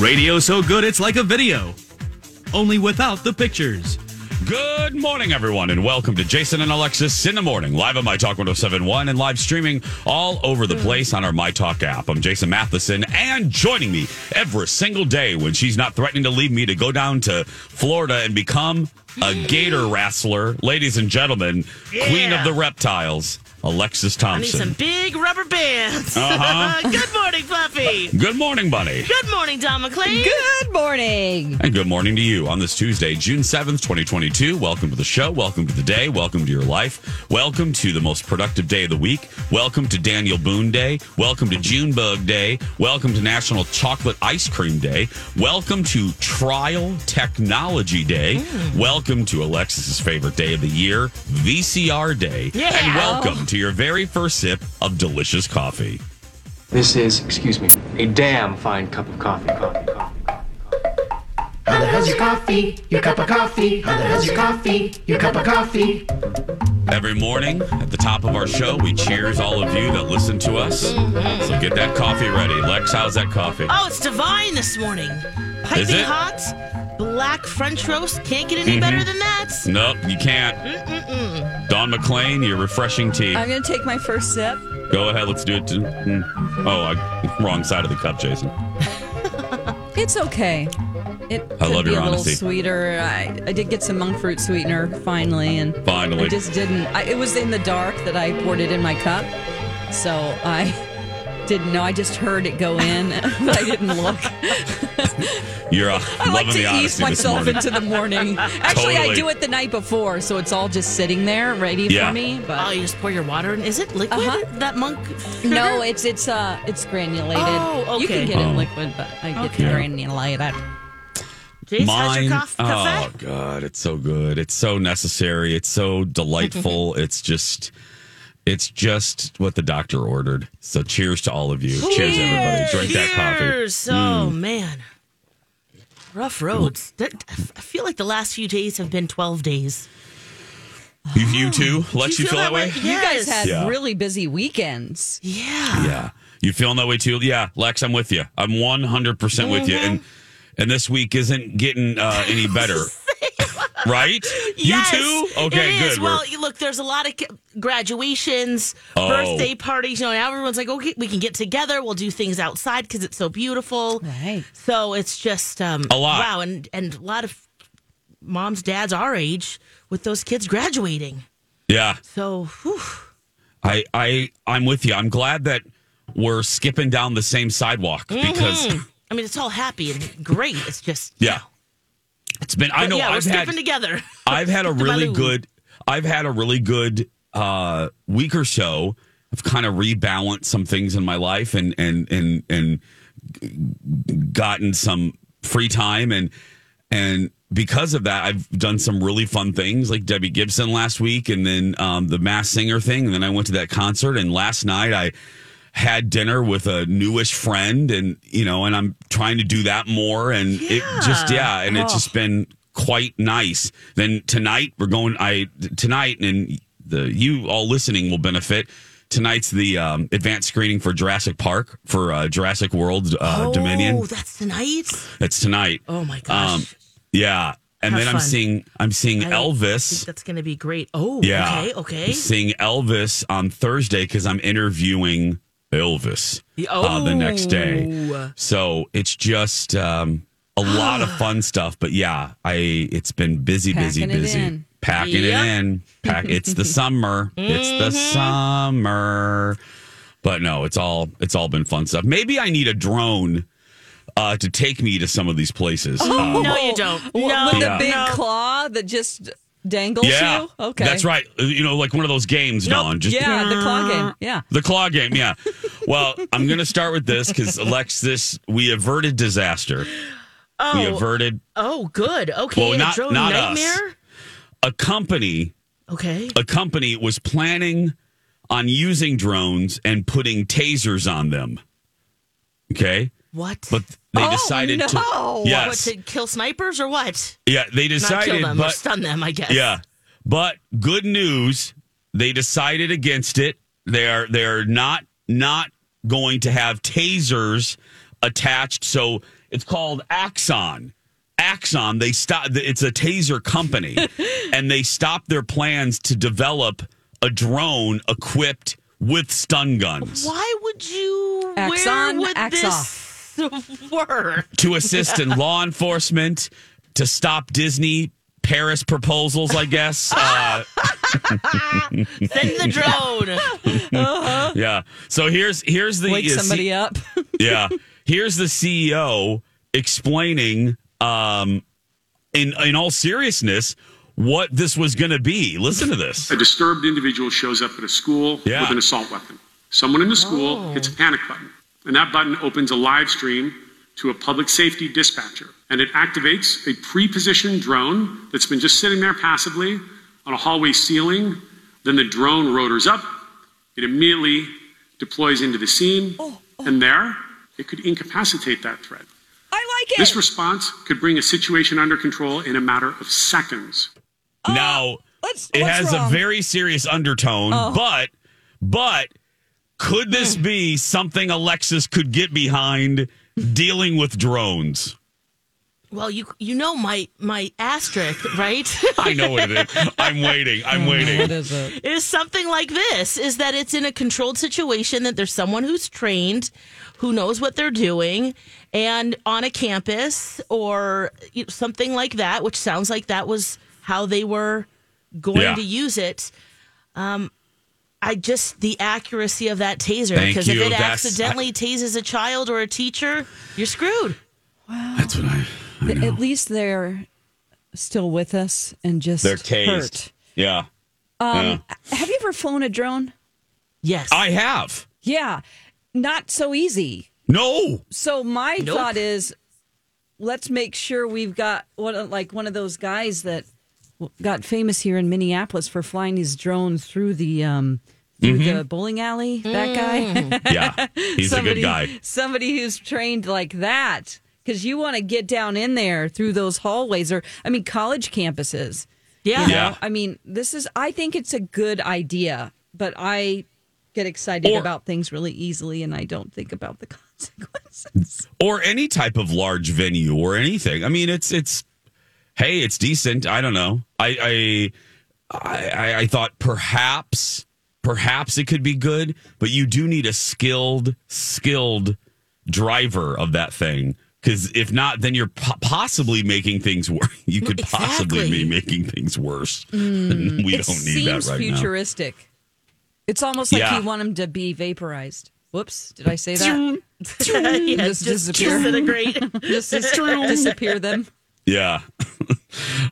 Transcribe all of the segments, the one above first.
Radio so good it's like a video, only without the pictures. Good morning, everyone, and welcome to Jason and Alexis in the morning, live on My Talk 1071 and live streaming all over the place on our My Talk app. I'm Jason Matheson, and joining me every single day when she's not threatening to leave me to go down to Florida and become a gator wrestler, ladies and gentlemen, queen of the reptiles, Alexis I need Thompson. some big rubber bands. Uh-huh. Good morning, Fluffy. Good morning, Bunny. Good morning, Don McLean. Good morning. And good morning to you on this Tuesday, June 7th, 2022. Welcome to the show. Welcome to the day. Welcome to your life. Welcome to the most productive day of the week. Welcome to Daniel Boone Day. Welcome to Junebug Day. Welcome to National Chocolate Ice Cream Day. Welcome to Trial Technology Day. Welcome to Alexis's favorite day of the year, VCR Day. Yeah. And welcome to your very first sip of delicious coffee. This is, excuse me, a damn fine cup of coffee. Coffee, coffee, coffee. How the hell's your coffee? Your cup of coffee? How the hell's your coffee? Your cup of coffee? Every morning at the top of our show, we cheers all of you that listen to us. So get that coffee ready. Lex, how's that coffee? Mm-hmm. Oh, it's divine this morning. Piping Is it? Mm-hmm. hot, black French roast. Can't get any better than that. Nope, you can't. Mm-mm-mm. Don McLean, your refreshing tea. I'm going to take my first sip. Go ahead, let's do it. To- mm. Oh, I, wrong side of the cup, Jason. It's okay. It I could love be your a little honesty. sweeter. I, I did get some monk fruit sweetener finally, and Finally. I just didn't. I, it was in the dark that I poured it in my cup, so I didn't know. I just heard it go in, but I didn't look. You're uh, I loving like the to ease honesty this myself morning. into the morning. Actually, I Totally. do it the night before, so it's all just sitting there, ready Yeah. for me. Oh, But you just pour your water in. Is it liquid? Uh-huh. That monk? sugar? no, it's it's uh it's granulated. Oh, You okay. can get Oh. it liquid, but I get Okay. granulated. Jace, how's Mine. your coff- oh cafe? God, it's so good. It's so necessary. It's so delightful. it's just, it's just what the doctor ordered. So cheers to all of you. Cheers, everybody. Drink that coffee. Mm. Cheers. Oh man, rough roads. That- I feel like the last few days have been twelve days. You, you too? Let Hmm. Do you, feel that way? You guys Yes. had Yeah. really busy weekends. yeah. Yeah. You feeling that way too? Yeah, Lex, I'm with you. I'm 100% percent with you. And Mm-hmm. and this week isn't getting uh, any better. right? Yes, you too? Okay, it is. good. We're- Well, you- look, there's a lot of ca- graduations, Oh. birthday parties. You know, now everyone's like, okay, we can get together. We'll do things outside because it's so beautiful. Right. So it's just um, A lot. Wow, and and a lot of moms, dads our age with those kids graduating. yeah. So whew, I I I'm with you. I'm glad that we're skipping down the same sidewalk because I mean, it's all happy and great. It's just yeah. It's been I know yeah, we're I've had skipping together. I've had a really Baloo. good I've had a really good uh week or so. I've kind of rebalanced some things in my life and and and and gotten some free time and and because of that I've done some really fun things like Debbie Gibson last week and then um the mass singer thing and then I went to that concert and last night I had dinner with a newish friend and you know and I'm trying to do that more and it just yeah and it's just been quite nice then tonight we're going I tonight and the you all listening will benefit tonight's the um, advanced screening for Jurassic Park for uh, Jurassic World uh, Dominion Oh, that's tonight. that's tonight Oh my gosh, Um, yeah and Have then I'm fun. seeing I'm seeing I Elvis think that's going to be great. Oh, yeah. okay, okay. I'm seeing Elvis on Thursday because I'm interviewing Oh. Elvis uh, the next day. So it's just, um, a lot Ah. of fun stuff. But yeah, I it's been busy, busy, Packing it busy. in. Packing Yep. Mm-hmm. it in. Pack it's the summer. It's the summer. But no, it's all it's all been fun stuff. Maybe I need a drone uh to take me to some of these places. Um, No, you don't. What, no, with Yeah. the big no. claw that just dangles yeah. you. Okay, That's right. Uh, You know, like one of those games, Don. Just Yeah, the claw game. Yeah. The claw game, yeah. Well, I'm going to start with this because Alexis, we averted disaster. We Oh, averted oh, good. Okay, Well, not- a drone not us. nightmare. a company. Okay. A company was planning on using drones and putting tasers on them. Okay, What? but they Oh, decided no. to what yes, to kill snipers or what? yeah, they Not decided, kill them or but stun them, I guess. Yeah. But good news, they decided against it. They are they're not not going to have tasers attached. So it's called Axon. Axon, they stop it's a taser company and they stopped their plans to develop a drone equipped with stun guns Why would you? Axon, where would axe this work? to assist in law enforcement to stop Disney Paris proposals, I guess. Uh, Send the drone. yeah. So here's here's the Wake uh, somebody up. yeah. Here's the CEO explaining, um, in in all seriousness, what this was going to be. Listen to this. A disturbed individual shows up at a school Yeah. with an assault weapon. Someone in the school Oh. hits a panic button, and that button opens a live stream to a public safety dispatcher, and it activates a pre-positioned drone that's been just sitting there passively on a hallway ceiling. Then the drone rotors up. It immediately deploys into the scene, and there it could incapacitate that threat. I like This it. response could bring a situation under control in a matter of seconds. now what's- it Uh, what's has wrong? Oh. a very serious undertone, but but could this Hmm. be something Alexis could get behind dealing with drones? well, you you know my my asterisk, right? I know what it is. I'm waiting. Oh, I'm waiting. is something like this is that it's in a controlled situation that there's someone who's trained who knows what they're doing and on a campus or you know, something like that which sounds like that was how they were going Yeah. to use it um I just the accuracy of that taser Thank because if you. it That's- accidentally tases a child or a teacher, you're screwed. That's what I. But at least they're still with us and just They're tased. hurt. Yeah. Um, Have you ever flown a drone? Yes, I have. Yeah, not so easy. No. So my Nope. thought is, let's make sure we've got one like one of those guys that w- got famous here in Minneapolis for flying his drone through the um through the bowling alley. That guy, Yeah. He's a good guy. Somebody who's trained like that because you want to get down in there through those hallways or I mean college campuses. yeah. you know? Yeah. I mean, this is. I think it's a good idea, but I get excited Or- about things really easily, and I don't think about the consequences. or any type of large venue or anything. I mean, it's it's hey, it's decent. I don't know. I I I, I- I thought perhaps perhaps it could be good, but you do need a skilled skilled driver of that thing. Because if not, then you're po- possibly making things worse. You could possibly Exactly. be making things worse. we Mm. it don't need seems that right now. futuristic. It's almost like Yeah. you want them to be vaporized. Whoops, did I say that? Yeah, Just disappear. disintegrate. Just dis- disappear them. Yeah.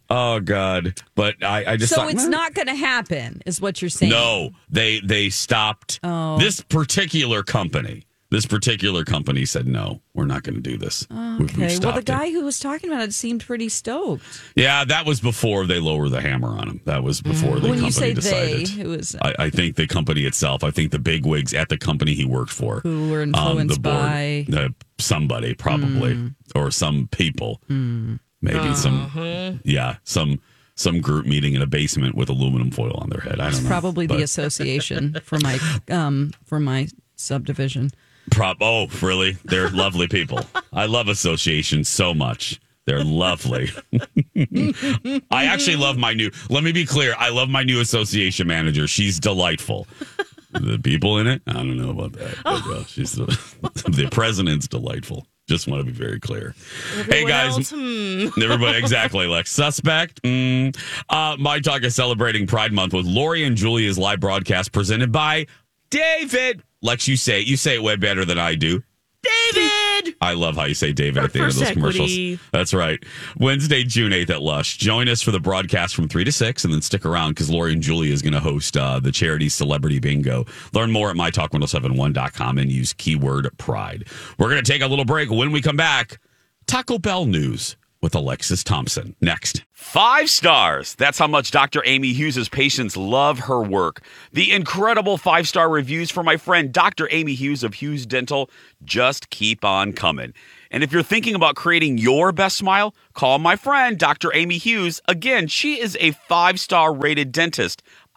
oh God. But I, I just So thought, it's "Meh." not going to happen, is what you're saying. No, they they stopped Oh. this particular company. This particular company said no, we're not going to do this. We- we've Okay. Well, stopped the it." guy who was talking about it seemed pretty stoked. Yeah, that was before they lower the hammer on him. That was before the Mm. when company you say decided. they, it was I, I think the company itself. I think the big wigs at the company he worked for, um, Who were the influenced board, by- Mm. uh, somebody probably or some people, maybe some yeah some some group meeting in a basement with aluminum foil on their head. I don't know. probably but- the association for my um for my subdivision. Prop. Oh, really? They're lovely people. I love associations so much. They're lovely. I actually love my new. Let me be clear. I love my new association manager. She's delightful. The people in it, I don't know about that. But, uh, she's the, the president's delightful. Just want to be very clear. hey Everyone guys, else, hmm. Everybody, exactly. Lex suspect. Mm. Uh, My talk is celebrating Pride Month with Lori and Julia's live broadcast presented by David. Lex, you say it. you say it way better than I do. David. I love how you say David at the end of First those equity. commercials. That's right. Wednesday, June 8th at Lush. Join us for the broadcast from 3 to 6 and then stick around because Lori and Julie is going to host uh, the charity Celebrity Bingo. Learn more at mytalk1071.com and use keyword pride. We're going to take a little break. When we come back, Taco Bell news with Alexis Thompson. Next. Five stars. That's how much Dr. Amy Hughes' patients love her work. The incredible five star reviews for my friend Dr. Amy Hughes of Hughes Dental just keep on coming. And if you're thinking about creating your best smile, call my friend Dr. Amy Hughes. Again, she is a five star rated dentist.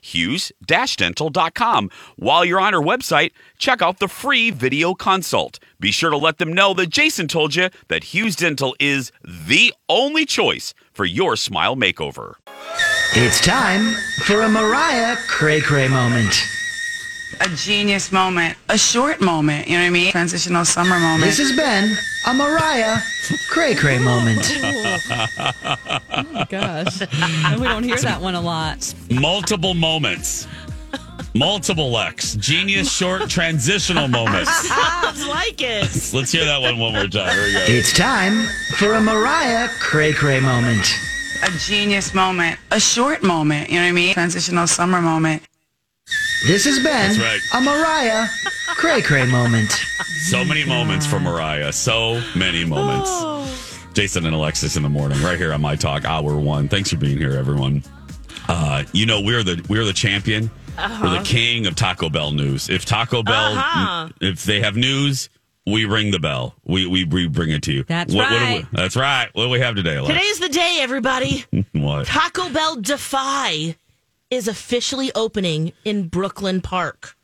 hughes-dental.com. While you're on her website, check out the free video consult. Be sure to let them know that Jason told you that Hughes Dental is the only choice for your smile makeover. It's time for a Mariah Cray Cray moment. a genius moment, a short moment, you know what I mean? Transitional summer moment. This has been a Mariah Cray Cray moment. Gosh, we don't hear that one a lot. Multiple moments. Multiple Lex. Genius short transitional moments. Sounds like it. Let's hear that one one more time. Here we go. It's time for a Mariah Cray Cray moment. a genius moment, a short moment, you know what I mean? Transitional summer moment. This has been right. a Mariah Cray Cray moment. So many moments for Mariah. So many moments. Oh. Jason and Alexis in the morning, right here on my talk, hour one. Thanks for being here, everyone. Uh, you know we're the we're the champion. Uh-huh. We're the king of Taco Bell news. If Taco Bell, if they have news, we ring the bell. We we, we bring it to you. That's do we- right. that's right. What do we have today, Alex? Today's the day, everybody. what? Taco Bell Defy is officially opening in Brooklyn Park.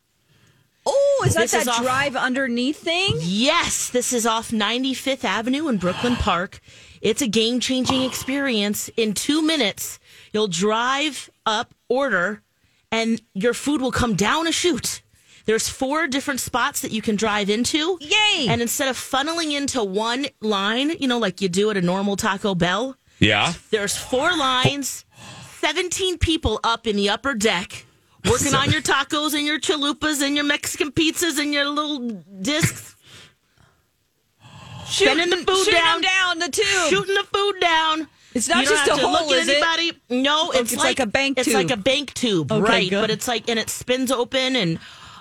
Oh, is that This is that off- drive underneath thing? Yes, this is off 95th Avenue in Brooklyn Park. It's a game changing experience. In two minutes, you'll drive up, order, and your food will come down a chute. There's four different spots that you can drive into. Yay! And instead of funneling into one line, you know, like you do at a normal Taco Bell, Yeah. There's four lines, 17 people up in the upper deck working on your tacos and your chalupas and your Mexican pizzas and your little discs, Shoot, Bending the food shooting down. them down the tube. shooting the food down. It's not You don't just have a to hole, look at is it? Oh, anybody. No, it's, it's like a bank It's tube. like a bank tube, Okay, right? good. But it's like and it spins open and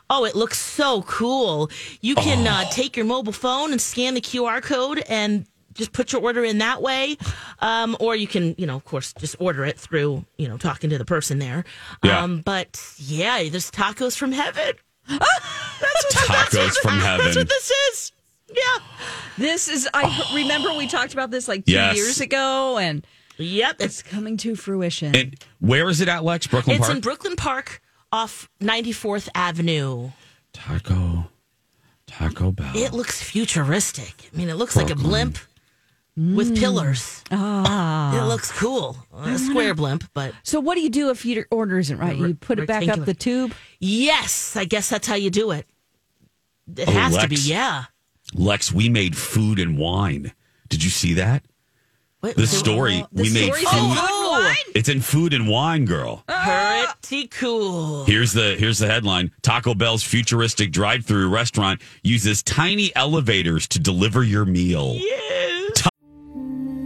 oh, it looks so cool. You can Oh. uh, take your mobile phone and scan the QR code and just put your order in that way, um, or you can you know of course just order it through you know talking to the person there. Yeah. Um, but yeah, there's tacos from heaven. Tacos from That's heaven. what this is. Yeah. This is I he- remember we talked about this like two Yes. years ago, and Yep. It's it's coming to fruition. And where is it at, Lex? Brooklyn It's Park. in Brooklyn Park off 94th Avenue. Taco. Taco Bell. It looks futuristic. I mean, it looks like a blimp Mm. with pillars. Ah. It looks cool. A square blimp, but so what do you do if your order isn't right? You put it back up rectangular. the tube. yes, I guess that's how you do it. It Oh, has to be, Lex. yeah. Lex, we made food and wine. Did you see that? Wait, The so- story Oh, The we made stories food. and food It's in food and wine, girl. Oh. Pretty cool. Here's the here's the headline. Taco Bell's futuristic drive-through restaurant uses tiny elevators to deliver your meal. Ta-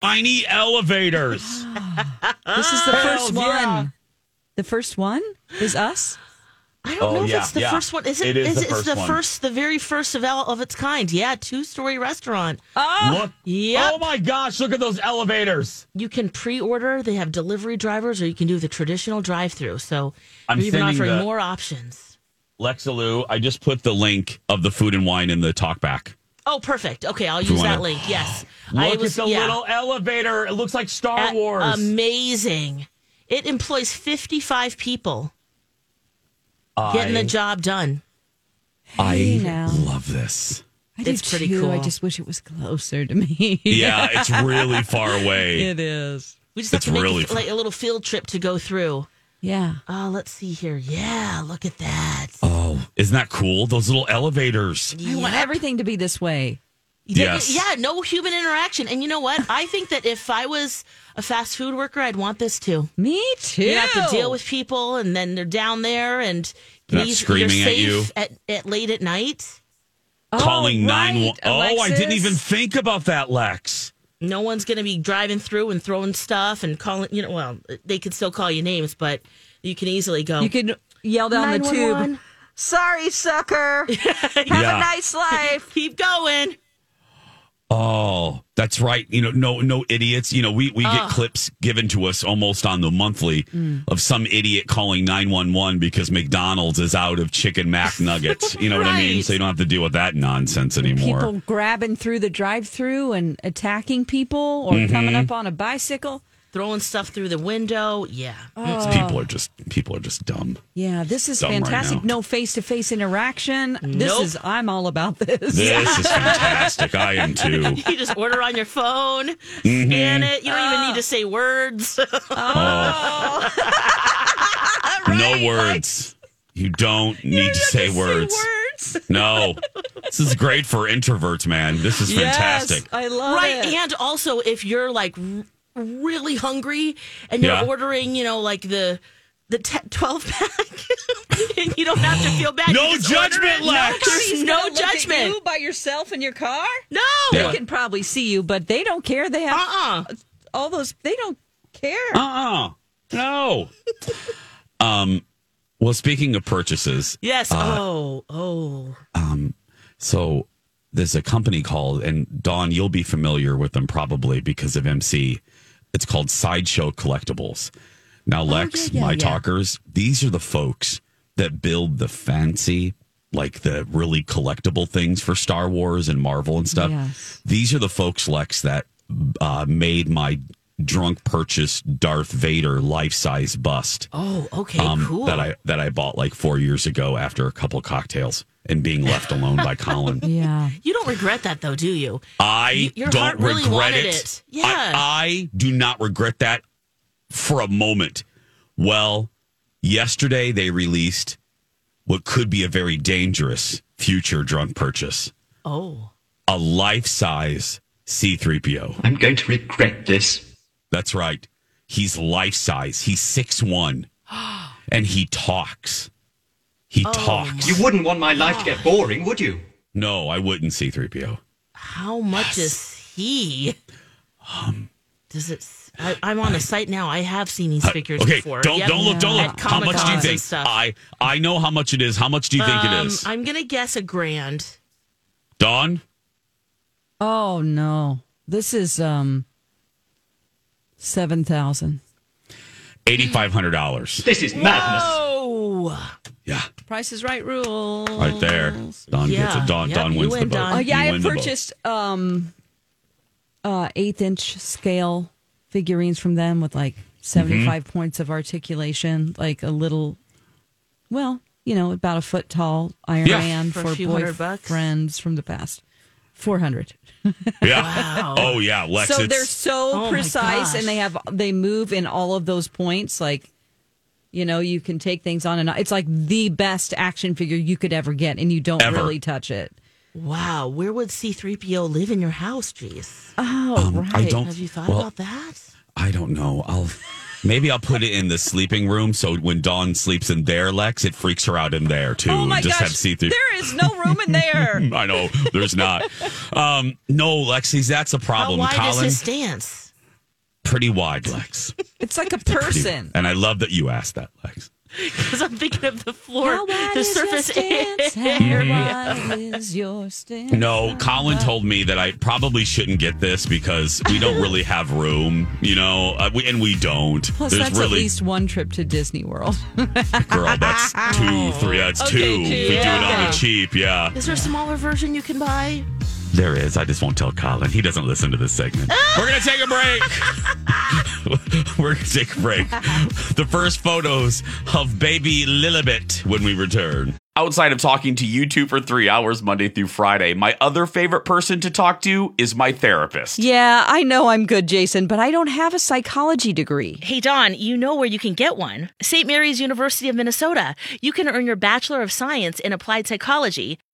Tiny elevators. This is the first one. yeah. The first one is us. I don't Oh, know if yeah, it's the yeah. first one. Is It it? is the it's first the one. first, the very first of all of its kind. Yeah, two story restaurant. Look. Ah. Yep. Oh my gosh, look at those elevators. You can pre order. They have delivery drivers, or you can do the traditional drive through. So I'm they're even sending offering the- more options. Lexaloo, I just put the link of the food and wine in the talkback. Oh, perfect. Okay, I'll If you use that wanna- link. Yes, Look I at the little elevator. It looks like Star A- Wars. Amazing. It employs 55 people getting I- the job done. I Hey, now. love this. I do It's pretty too. cool. I just wish it was closer to me. Yeah, it's really far away. it is. We just It's have to make really a, fun. like a little field trip to go through. Yeah. Oh, let's see here. Yeah, look at that. Oh, isn't that cool? Those little elevators. I want everything to be this way. Yeah, Yes. Yeah, no human interaction. And you know what? I think that if I was a fast food worker, I'd want this too. Me too. You have to deal with people, and then they're down there, and They're not these- screaming you're at you. safe at, at late at night. Calling Oh, right, nine one oh Oh, I didn't Alexis. even think about that, Lex. No one's going to be driving through and throwing stuff and calling. You know, well, they could still call you names, but you can easily go. You can yell down the tube. 911. Sorry, sucker. Have Yeah. a nice life. Keep going. Oh, that's right. You know, no, no idiots. You know, we, we Oh. get clips given to us almost on the monthly Mm. of some idiot calling 911 because McDonald's is out of chicken mac nuggets. You know what I mean? Right. So you don't have to deal with that nonsense anymore. People grabbing through the drive-through and attacking people, or Mm-hmm. coming up on a bicycle. Throwing stuff through the window. Yeah. It's- people are just people are just dumb. Yeah, this is Dumb right fantastic. now. no face-to-face interaction. This Nope. is. I'm all about this. This is fantastic. I am too. You just order on your phone, scan it. You don't even need to say words. No words. You don't need to say words. No. This is great for introverts, man. This is fantastic. Yes, I love right. it. And also, if you're like r- really hungry and you're Yeah. ordering, you know, like the the te- 12 pack, and you don't have to feel bad. You No just order judgment, it. Lex. There's Gonna no look at judgment. you by yourself in your car. No. They can probably see you, but they don't care. They have Uh uh all those. They don't care. Uh-uh. No. um well speaking of purchases, Yes. oh, oh. so there's a company called and Dawn, you'll be familiar with them probably because of MC. It's called Sideshow Collectibles. Oh, Now, Lex, my talkers, these are the folks that build the fancy, like the really collectible things for Star Wars and Marvel and stuff. Yes. These are the folks, Lex, that uh, made my drunk purchase Darth Vader life size bust Oh, okay. um, cool. that I that I bought like four years ago after a couple cocktails and being left alone by Colin. Yeah. you don't regret that, though, do you? I Y- your don't heart really regret wanted it. it. I- Yeah. I, do not regret that for a moment. Well, yesterday they released what could be a very dangerous future drunk purchase Oh. a life size C3PO. I'm going to regret this. That's right. He's life size, he's 6'1, and he talks. He Oh talks. You wouldn't want my life to get boring, would you? No, I wouldn't C3PO. How much is he? Um, Does it? s- I, am on a site now. I have seen these figures okay, before. don't Yep. don't look, don't At look. How much do you Comic-Cons and think? stuff. I I know how much it is. How much do you think it Um, is? I'm gonna guess a grand. Dawn, Oh no. This is um. Seven thousand. eighty five hundred dollars. This is madness. Oh, Yeah, Price is right rule. right there. Don gets Yeah, it. Don yep, Don you wins the win, vote. Don. Oh yeah, You I win have the vote. purchased um uh eighth inch scale figurines from them with like 75 Mm-hmm. points of articulation, like a little, well, you know, about a foot tall Iron Yeah. Man For a for, few hundred bucks. boyfriends from the past. 400. Yeah. Oh yeah, Lex. so it's- they're so Oh my precise gosh. and they have, they move in all of those points. Like, you know, you can take things on and on. It's like the best action figure you could ever get and you don't Ever. really touch it. Wow, where would C3PO live in your house, Jeez? Oh, Um, I don't. Have you thought well, about that? I don't know. I'll maybe I'll put it in the sleeping room so when Dawn sleeps in there, Lex, it freaks her out in there too. Oh and my just gosh. have see through. There is no room in there. I know there's not. um, no, Lexi's that's a How problem. wide is Colin, his stance? pretty wide, Lex. It's like a Pretty- person. and I love that you asked that, Lex. Because I'm thinking of the floor, the surface is your stance? No, Colin told me that I probably shouldn't get this because we don't really have room, you know, uh, we, and we don't. Plus, There's that's at really least one trip to Disney World. girl. That's two, three. That's Okay, two. two, If we do it on yeah. the cheap, yeah. Is there a smaller version you can buy? There is. I just won't tell Colin. He doesn't listen to this segment. We're going to take a break. We're going to take a break. The first photos of baby Lilibet when we return. Outside of talking to you two for three hours Monday through Friday, my other favorite person to talk to is my therapist. Yeah, I know I'm good, Jason, but I don't have a psychology degree. Hey, Don, you know where you can get one. St. Mary's University of Minnesota. You can earn your Bachelor of Science in Applied Psychology,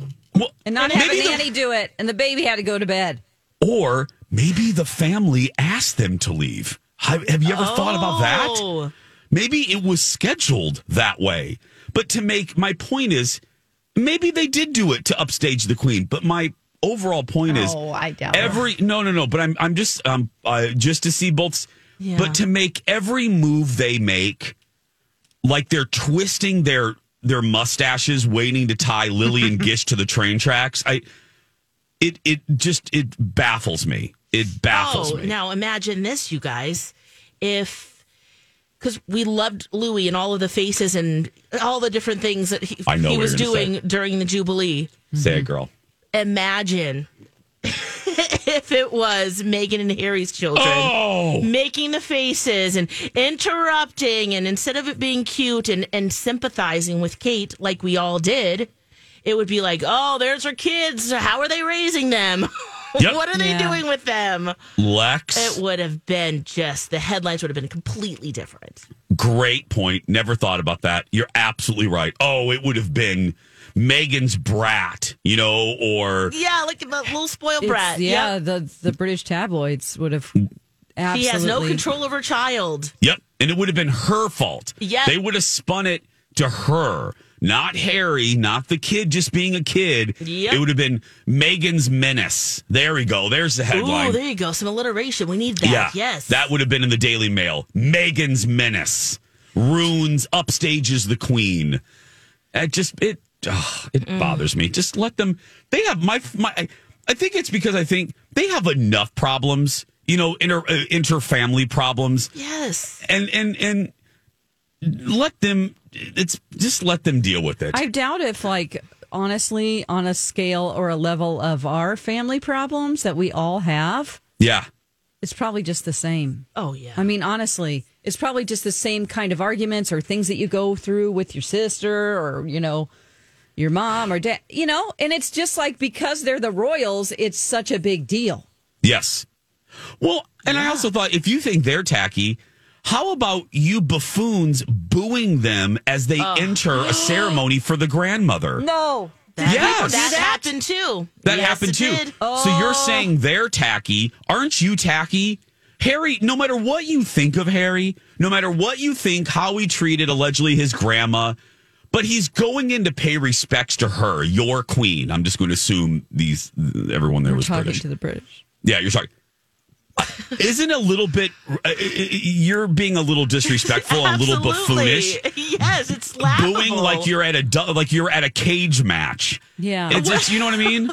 and not and have a maybe the- nanny do it, and the baby had to go to bed. Or maybe the family asked them to leave. Have have you ever thought about that? Maybe it was scheduled that way. But to make my point is, maybe they did do it to upstage the queen. But my overall point is, Oh, I doubt it. every no, no, no. But I'm I'm just um uh, just to see both. s- Yeah. But to make every move they make, like they're twisting their their mustaches, waiting to tie Lily and Gish to the train tracks. I it it just it baffles me. It baffles oh, me. now imagine this, you guys. If because we loved Louis and all of the faces and all the different things that he, I know he what was you're gonna doing during the Jubilee. Say it, Mm-hmm. girl. Imagine if it was Megan and Harry's children Oh! making the faces and interrupting, and instead of it being cute and, and sympathizing with Kate like we all did, it would be like, oh, there's her kids. How are they raising them? Yep. what are they Yeah. doing with them? Lex, It would have been just the headlines would have been completely different. great point. Never thought about that. You're absolutely right. Oh, it would have been Megan's brat, you know, or Yeah, like the little spoiled It's- brat. yeah, Yep. the the British tabloids would have. Absolutely. she has no control over her child. Yep. And it would have been her fault. Yeah. They would have spun it to her, not Harry, not the kid just being a kid. Yep. It would have been Megan's menace. There we go. There's the headline. Ooh, there you go. Some alliteration. We need that. Yes. That would have been in the Daily Mail. Megan's menace ruins, upstages the queen. It just, it, ugh, it Mm. bothers me. Just let them, they have my, my, I- I think it's because I think they have enough problems, you know, inter, uh, inter-family problems yes. and and and let them it's just let them deal with it I doubt if, like, honestly, on a scale or a level of our family problems that we all have, yeah it's probably just the same. Oh yeah. I mean, honestly, it's probably just the same kind of arguments or things that you go through with your sister or, you know, your mom or dad, you know, and it's just like because they're the royals, it's such a big deal. yes well and i also thought if you think they're tacky how about you buffoons booing them as they enter a ceremony for the grandmother No. That, Yes. That, happened too. that Yes, happened it too did. so you're saying they're tacky aren't you tacky harry no matter what you think of harry no matter what you think how he treated allegedly his grandma but he's going in to pay respects to her your queen i'm just going to assume these everyone there We're was talking british to the British. yeah you're talking isn't a little bit uh, you're being a little disrespectful and a little buffoonish yes, it's laughable. booing like you're at a du- like you're at a cage match Yeah. it's just you know what i mean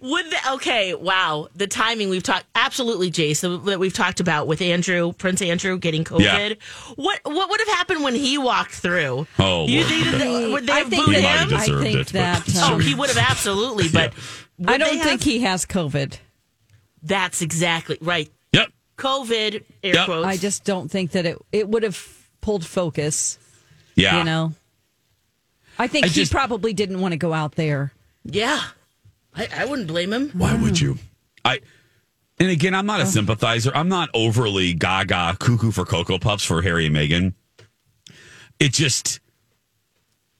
Would the, okay, wow. The timing we've talked absolutely, Jason, that we've talked about with Andrew, Prince Andrew getting COVID. What what would have happened when he walked through? Oh, you Lord. think that they, would they I have think booed that- him? I deserved think it, but- that, oh, um, he would have absolutely, but I would they don't have- think he has COVID. that's exactly right. Yep. COVID, air quotes. I just don't think that it it would have pulled focus. Yeah. You know. I think I he just- probably didn't want to go out there. Yeah. I, I wouldn't blame him. Why would you? I and again, I'm not Oh. a sympathizer. I'm not overly gaga cuckoo for cocoa puffs for Harry and Meghan. It just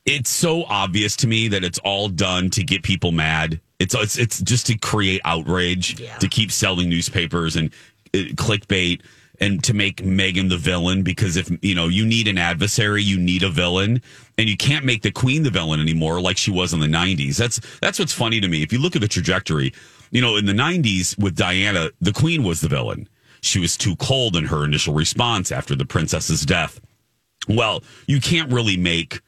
it's so obvious to me that it's all done to get people mad. It's it's it's just to create outrage, to keep selling newspapers and uh, clickbait and to make Megan the villain because if you know, you need an adversary, you need a villain, and you can't make the queen the villain anymore like she was in the 90s. That's that's what's funny to me. If you look at the trajectory, you know, in the 90s with Diana, the queen was the villain. She was too cold in her initial response after the princess's death. Well, you can't really make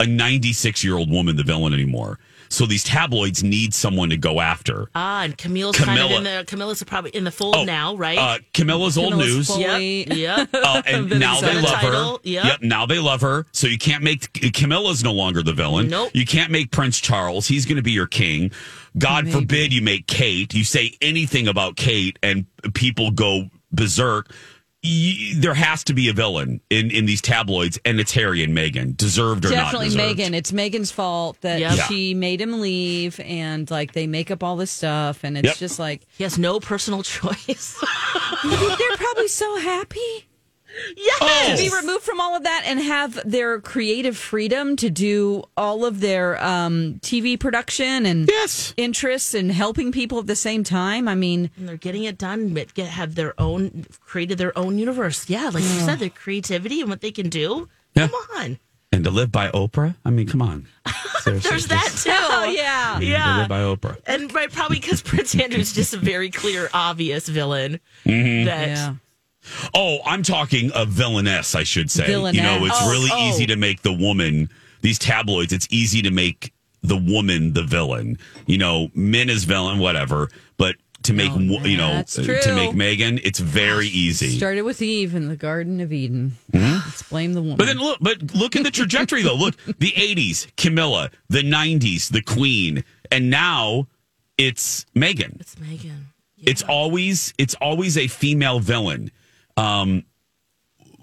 a 96 year old woman the villain anymore. So these tabloids need someone to go after. Ah, and Camille's kind Camilla. of in the Camilla's probably in the fold now, right? Uh, Camilla's old news. Yep. yep. Uh, and now they love her. Yep. Now they love her. So you can't make Camilla's no longer the villain. Nope. You can't make Prince Charles. He's going to be your king. God forbid you make Kate. You say anything about Kate, and people go berserk. Y- There has to be a villain in, in these tabloids, and it's Harry and Meghan, deserved or Definitely not deserved. Megan. It's Megan's fault that Yep. Yeah. she made him leave and like they make up all this stuff and it's Yep. just like he has no personal choice. They're probably so happy. Yes. Oh! To be removed from all of that and have their creative freedom to do all of their um, TV production and yes. interests and helping people at the same time. I mean, And they're getting it done, but get, have their own created their own universe. Yeah, like you said, their creativity and what they can do. Yeah. Come on, And to live by Oprah? I mean, come on. Seriously, there's that just- too. Oh, yeah. I mean, To yeah. live by Oprah. And right, probably because Prince Andrew's just a very clear, obvious villain. Mhm. That Oh, I'm talking a villainess, I should say. You know, Villainess. it's Oh, really oh. easy to make the woman, these tabloids, it's easy to make the woman the villain. You know, men is villain, whatever. But to Oh, make, wo- you know, that's uh, to true. make Megan, it's very easy. started with Eve in the Garden of Eden. Let's blame the woman. Hmm? But then look, but look at the trajectory though. Look, the '80s, Camilla, the '90s, the Queen, and now it's Megan. It's Megan. It's always it's always a female villain. Um,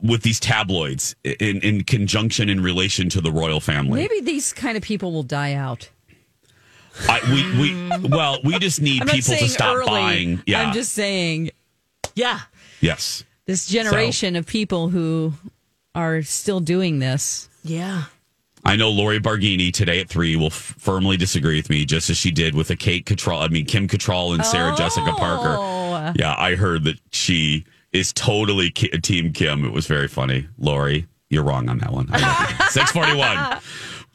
with these tabloids in, in conjunction in relation to the royal family, Maybe these kind of people will die out. I, we, we well we just need I'm not people to saying stop early. buying. Yeah, I'm just saying yeah, yes, this generation of people who are still doing this. Yeah. I know Lori Bargini today at three will f- firmly disagree with me, just as she did with the Kate Cattrall. I mean, Kim Cattrall and Sarah Jessica Parker. Yeah, I heard that she is totally ki- Team Kim. It was very funny. Lori, you're wrong on that one. Six forty-one.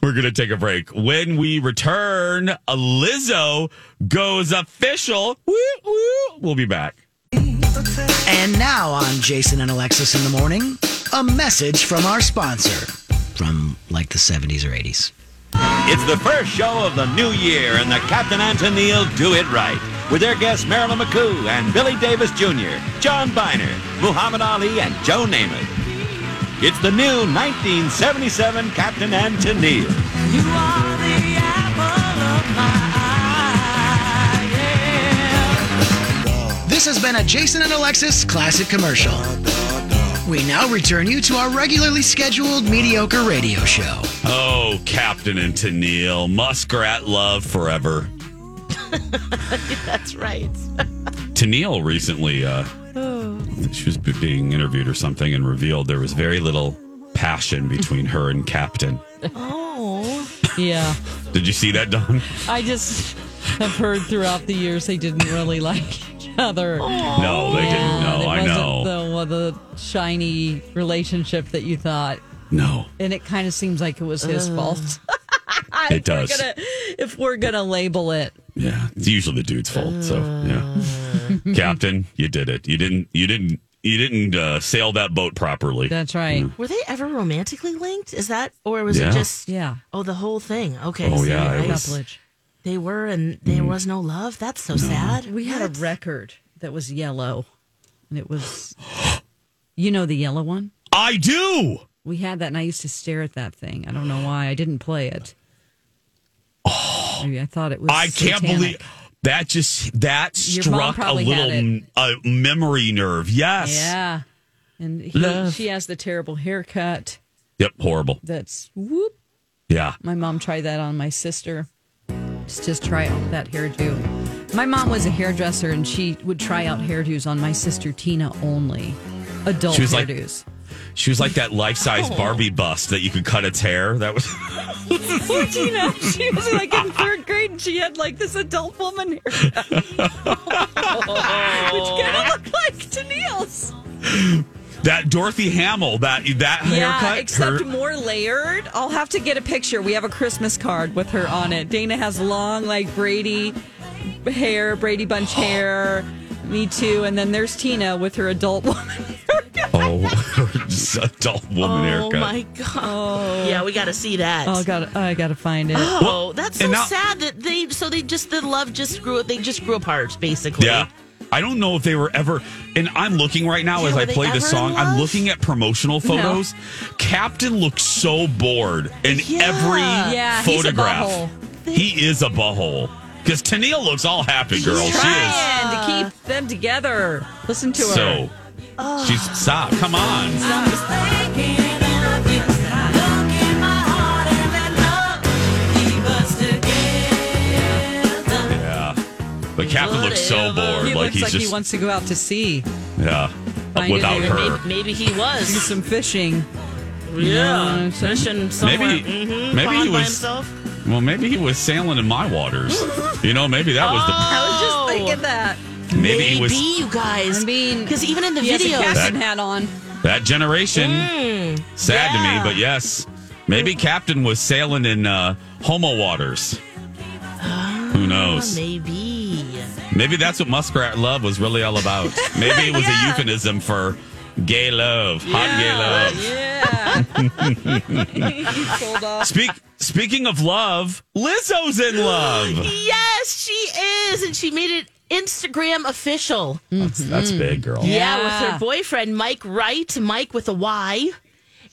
We're gonna take a break. When we return, Lizzo goes official. Woo, woo. We'll be back. And now on Jason and Alexis in the morning, a message from our sponsor from like the 70s or 80s. It's the first show of the new year, and the Captain Antonio do it right. With their guests Marilyn McCoo and Billy Davis Jr., John Biner, Muhammad Ali, and Joe Namath. It's the new 1977 Captain Antonio. This has been a Jason and Alexis classic commercial. We now return you to our regularly scheduled mediocre radio show. Oh, Captain and Tennille, Muskrat love forever. that's right. Tennille recently, uh, she was being interviewed or something and revealed there was very little passion between her and Captain. Oh. Yeah. Did you see that, Don? I just have heard throughout the years they didn't really like each other. No, they didn't. No, it Oh. I Oh, wasn't know. The, well, the shiny relationship that you thought. No. And it kind of seems like it was his Ugh. fault. It If we're does. gonna- if we're going to label it. Yeah, it's usually the dude's fault. So, yeah, Uh. Captain, you did it. You didn't. You didn't. You didn't uh, sail that boat properly. That's right. Were they ever romantically linked? Is that or was Yeah. it just yeah? Oh, the whole thing. Okay. Oh, see, yeah, it I- was- Mm. Couplage. They were, and there was no love. That's so sad. We had a record that was yellow, and it was, you know, the yellow one. I do. We had that, and I used to stare at that thing. I don't know why I didn't play it. Oh, I mean, I thought it was. I can't satanic. believe. That just that Your mom struck a probably had little it. a memory nerve. Yes. Yeah. And he, Love. she has the terrible haircut. Yep. Horrible. That's whoop. Yeah. My mom tried that on my sister. Just, just try out that hairdo. My mom was a hairdresser and she would try out hairdos on my sister Tina only. Adult She was like- hairdos. She was like that life size Oh. Barbie bust that you could cut its hair. That was Poor Tina. She was like in third grade and she had like this adult woman haircut. Which kind of looked like Tennille's. that Dorothy Hamill that that haircut. Yeah, except her- more layered. I'll have to get a picture. We have a Christmas card with her on it. Dana has long, like Brady hair, Brady Bunch hair. Me too. And then there's Tina with her adult woman. oh, her just adult woman haircut. Oh, god! Yeah, we got to see that. Oh, got I gotta find it. Oh, that's so and now- sad that they so they just the love just grew they just grew apart basically. Yeah. I don't know if they were ever, and I'm looking right now Yeah, as were I they play this ever song. in I'm love? looking at promotional No. photos. Captain looks so bored in every Yeah, he's a photograph. butthole. he is a butthole because Tennille looks all happy, girl. She is. Trying to keep them together. Listen to her. So she's stop. Come on. Yeah. But Captain looks so bored, He like looks he's like just he wants to go out to sea, yeah. Find Without it, her, Maybe, maybe he do was. some fishing. Yeah, fishing somewhere. Maybe- Mhm, maybe pond he by was- himself. well, maybe he was sailing in my waters. you know, maybe that was the I was just thinking that. maybe, he Maybe was you guys. I mean, because even in the he has a videos, captain hat on. that generation. Mm, Sad yeah. to me, but yes, maybe Captain was sailing in uh, homo waters. Ah, Who knows? maybe. Maybe that's what muskrat love was really all about. Maybe it was a euphemism for gay love, hot gay love. Yeah. He's sold off. Speak, speaking of love, Lizzo's in love. Yes, she is, and she made it Instagram official. That's, that's big, girl. Mm-hmm. Yeah, with Yeah. her boyfriend Mike Wright, Mike with a Y.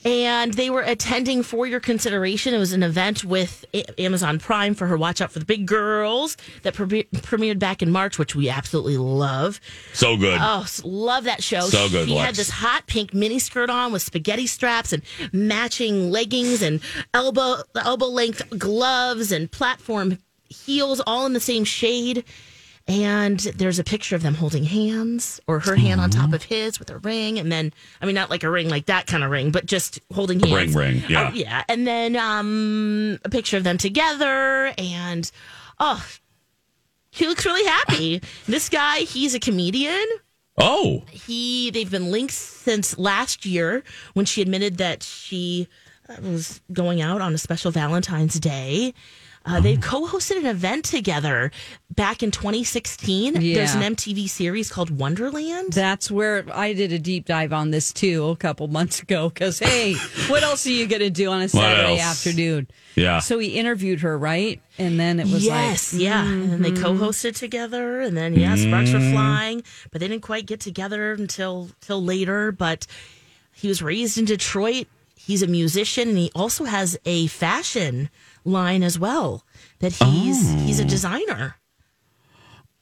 And they were attending for your consideration. It was an event with A- Amazon Prime for her Watch Out for the Big Girls that premi- premiered back in March, which we absolutely love. So good. Oh, s- love that show. So good, She had Lex. this hot pink mini skirt on with spaghetti straps and matching leggings and elbow elbow length gloves and platform heels, all in the same shade. And there's a picture of them holding hands, or her hand on top of his with a ring, and then I mean not like a ring, like that kind of ring, but just holding A hands. ring, ring, yeah. Uh, yeah, and then um, a picture of them together, and oh, she looks really happy. this guy, he's a comedian Oh, he they've been linked since last year when she admitted that she uh, was going out on a special Valentine's Day. Uh, They co-hosted an event together back in 2016. There's Yeah. an MTV series called Wonderland. That's where I did a deep dive on this too a couple months ago. Because hey, what else are you going to do on a Saturday else? afternoon? yeah. So he interviewed her, right? And then it was yes, like, yeah, and they co-hosted together, and then yeah, sparks were flying, but they didn't quite get together until till later. But he was raised in Detroit. He's a musician, and he also has a fashion line as well. That he's he's a designer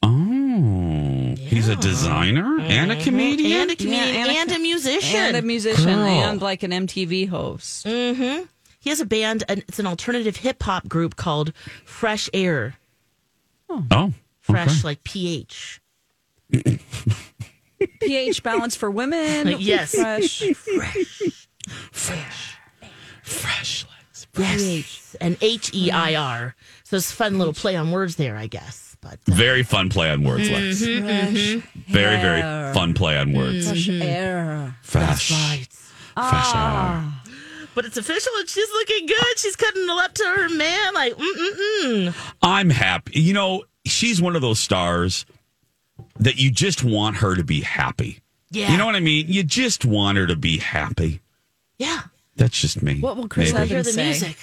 Oh, he's a designer and a Mm-hmm. comedian. and a comedian Yeah, and, and a- a musician. and a musician Girl. and like an MTV host. mm-hmm. He has a band, and it's an alternative hip hop group called Fresh Air. oh, Fresh like pH. pH balance for women. Yes. Fresh. fresh legs. Yes. And H E I R. So it's a fun little play on words there, I guess. But uh, Very fun play on words, Lex. Very, very fun play on words. Mm-hmm. Fresh air. Fresh. Fresh Ah. air. but it's official and she's looking good. She's cutting it up to her man. Like, mm mm mm. I'm happy. You know, she's one of those stars that you just want her to be happy. Yeah. You know what I mean? You just want her to be happy. Yeah. That's just me. What will Chris I Maybe. hear the Say. music.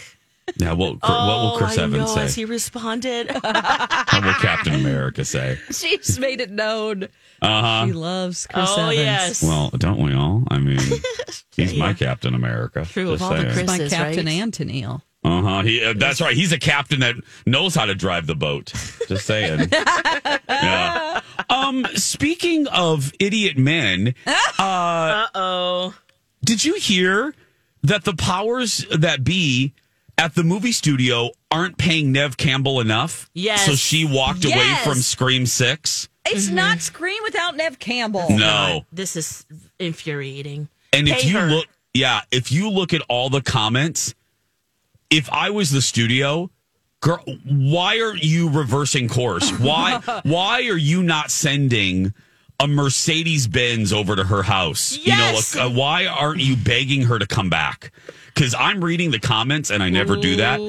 Yeah, what, what will Chris Oh, I Evans know, say? As he responded. What will Captain America say? She's made it known. Uh huh. She loves Chris oh, Evans. yes. Well, don't we all? I mean, he's my Captain America. True, of Just all the saying. Chris- My This is Captain right. Antonil. Uh huh. He. Uh, that's right. He's a captain that knows how to drive the boat. Just saying. yeah. Um. Speaking of idiot men. Uh oh. Did you hear that the powers that be at the movie studio aren't paying Nev Campbell enough? Yes. So she walked Yes. away from Scream Six. It's not Scream without Nev Campbell. No. This is infuriating. And if Pay you her. look, yeah, if you look at all the comments, if I was the studio, girl, why are you reversing course? Why why are you not sending a Mercedes Benz over to her house? Yes! You know, like, uh, why aren't you begging her to come back? Because I'm reading the comments, and I never do that.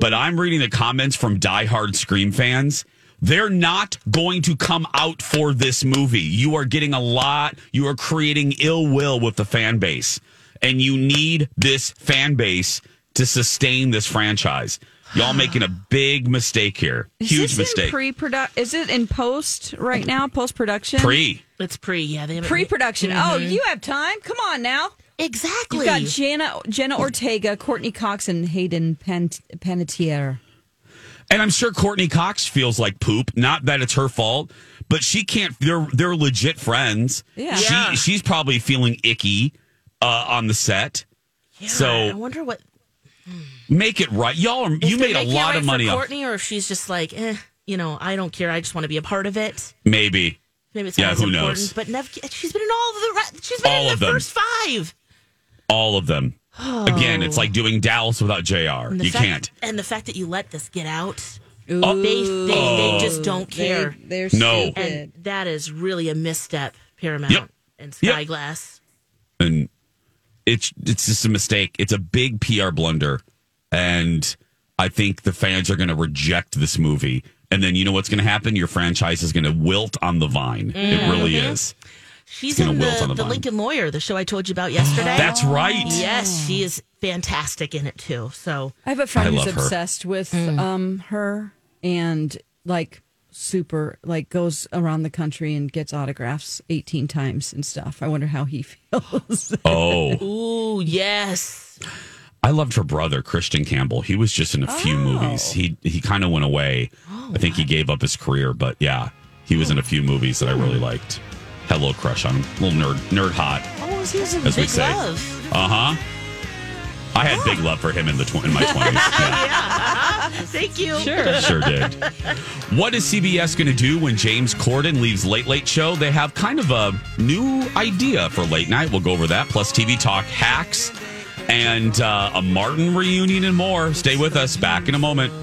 But I'm reading the comments from diehard Scream fans. They're not going to come out for this movie. You are getting a lot. You are creating ill will with the fan base, and you need this fan base to sustain this franchise. Y'all making a big mistake here. Is Huge this mistake. In pre-produ- is it in post right now? Post production. Pre. It's pre. Yeah, they haven't- Pre-production. Oh, Mhm. you have time? Come on now. Exactly. You've got Jenna, Jenna Ortega, Courtney Cox, and Hayden Pan- Panettiere. And I'm sure Courtney Cox feels like poop. Not that it's her fault, but she can't. They're they're legit friends. Yeah. She Yeah. she's probably feeling icky uh, on the set. Yeah, I so wonder what make it right, y'all. Are, if you they're made a making it lot right of for money off. Courtney, or if she's just like, eh, you know, I don't care. I just want to be a part of it. Maybe. Maybe it's yeah. not as Who important. knows? But Nev, she's been in all of the. re- She's been All in of the them. first five. All of them. Oh. Again, it's like doing Dallas without Jr. And the You fact- can't. And the fact that you let this get out, they, they, Oh. they just don't They- care. they're No. And that is really a misstep, Paramount and Skyglass. and it's it's just a mistake. It's a big PR blunder, and I think the fans are going to reject this movie. And then you know what's going to happen? Your franchise is going to wilt on the vine. It really Mhm. is. She's gonna in wilt the, on the the, vine. Lincoln Lawyer, the show I told you about yesterday. Oh. That's right. Yes, she is fantastic in it too. So I have a I friend who's love her. obsessed with um, her and like super like goes around the country and gets autographs 18 times and stuff. I wonder how he feels. Oh, Ooh, yes. I loved her brother Christian Campbell. He was just in a few movies. He he kind of went away. I think he gave up his career, but yeah, he was in a few movies that I really liked. Had a little crush on him. little nerd nerd hot. Oh, he was in as we Big say. Love. Uh huh. I had big love for him in the tw- in my twenties. Thank you. Sure did. What is CBS going to do when James Corden leaves Late Late Show? They have kind of a new idea for late night. We'll go over that. Plus, TV talk hacks and uh, a Martin reunion and more. Stay with us. Back in a moment.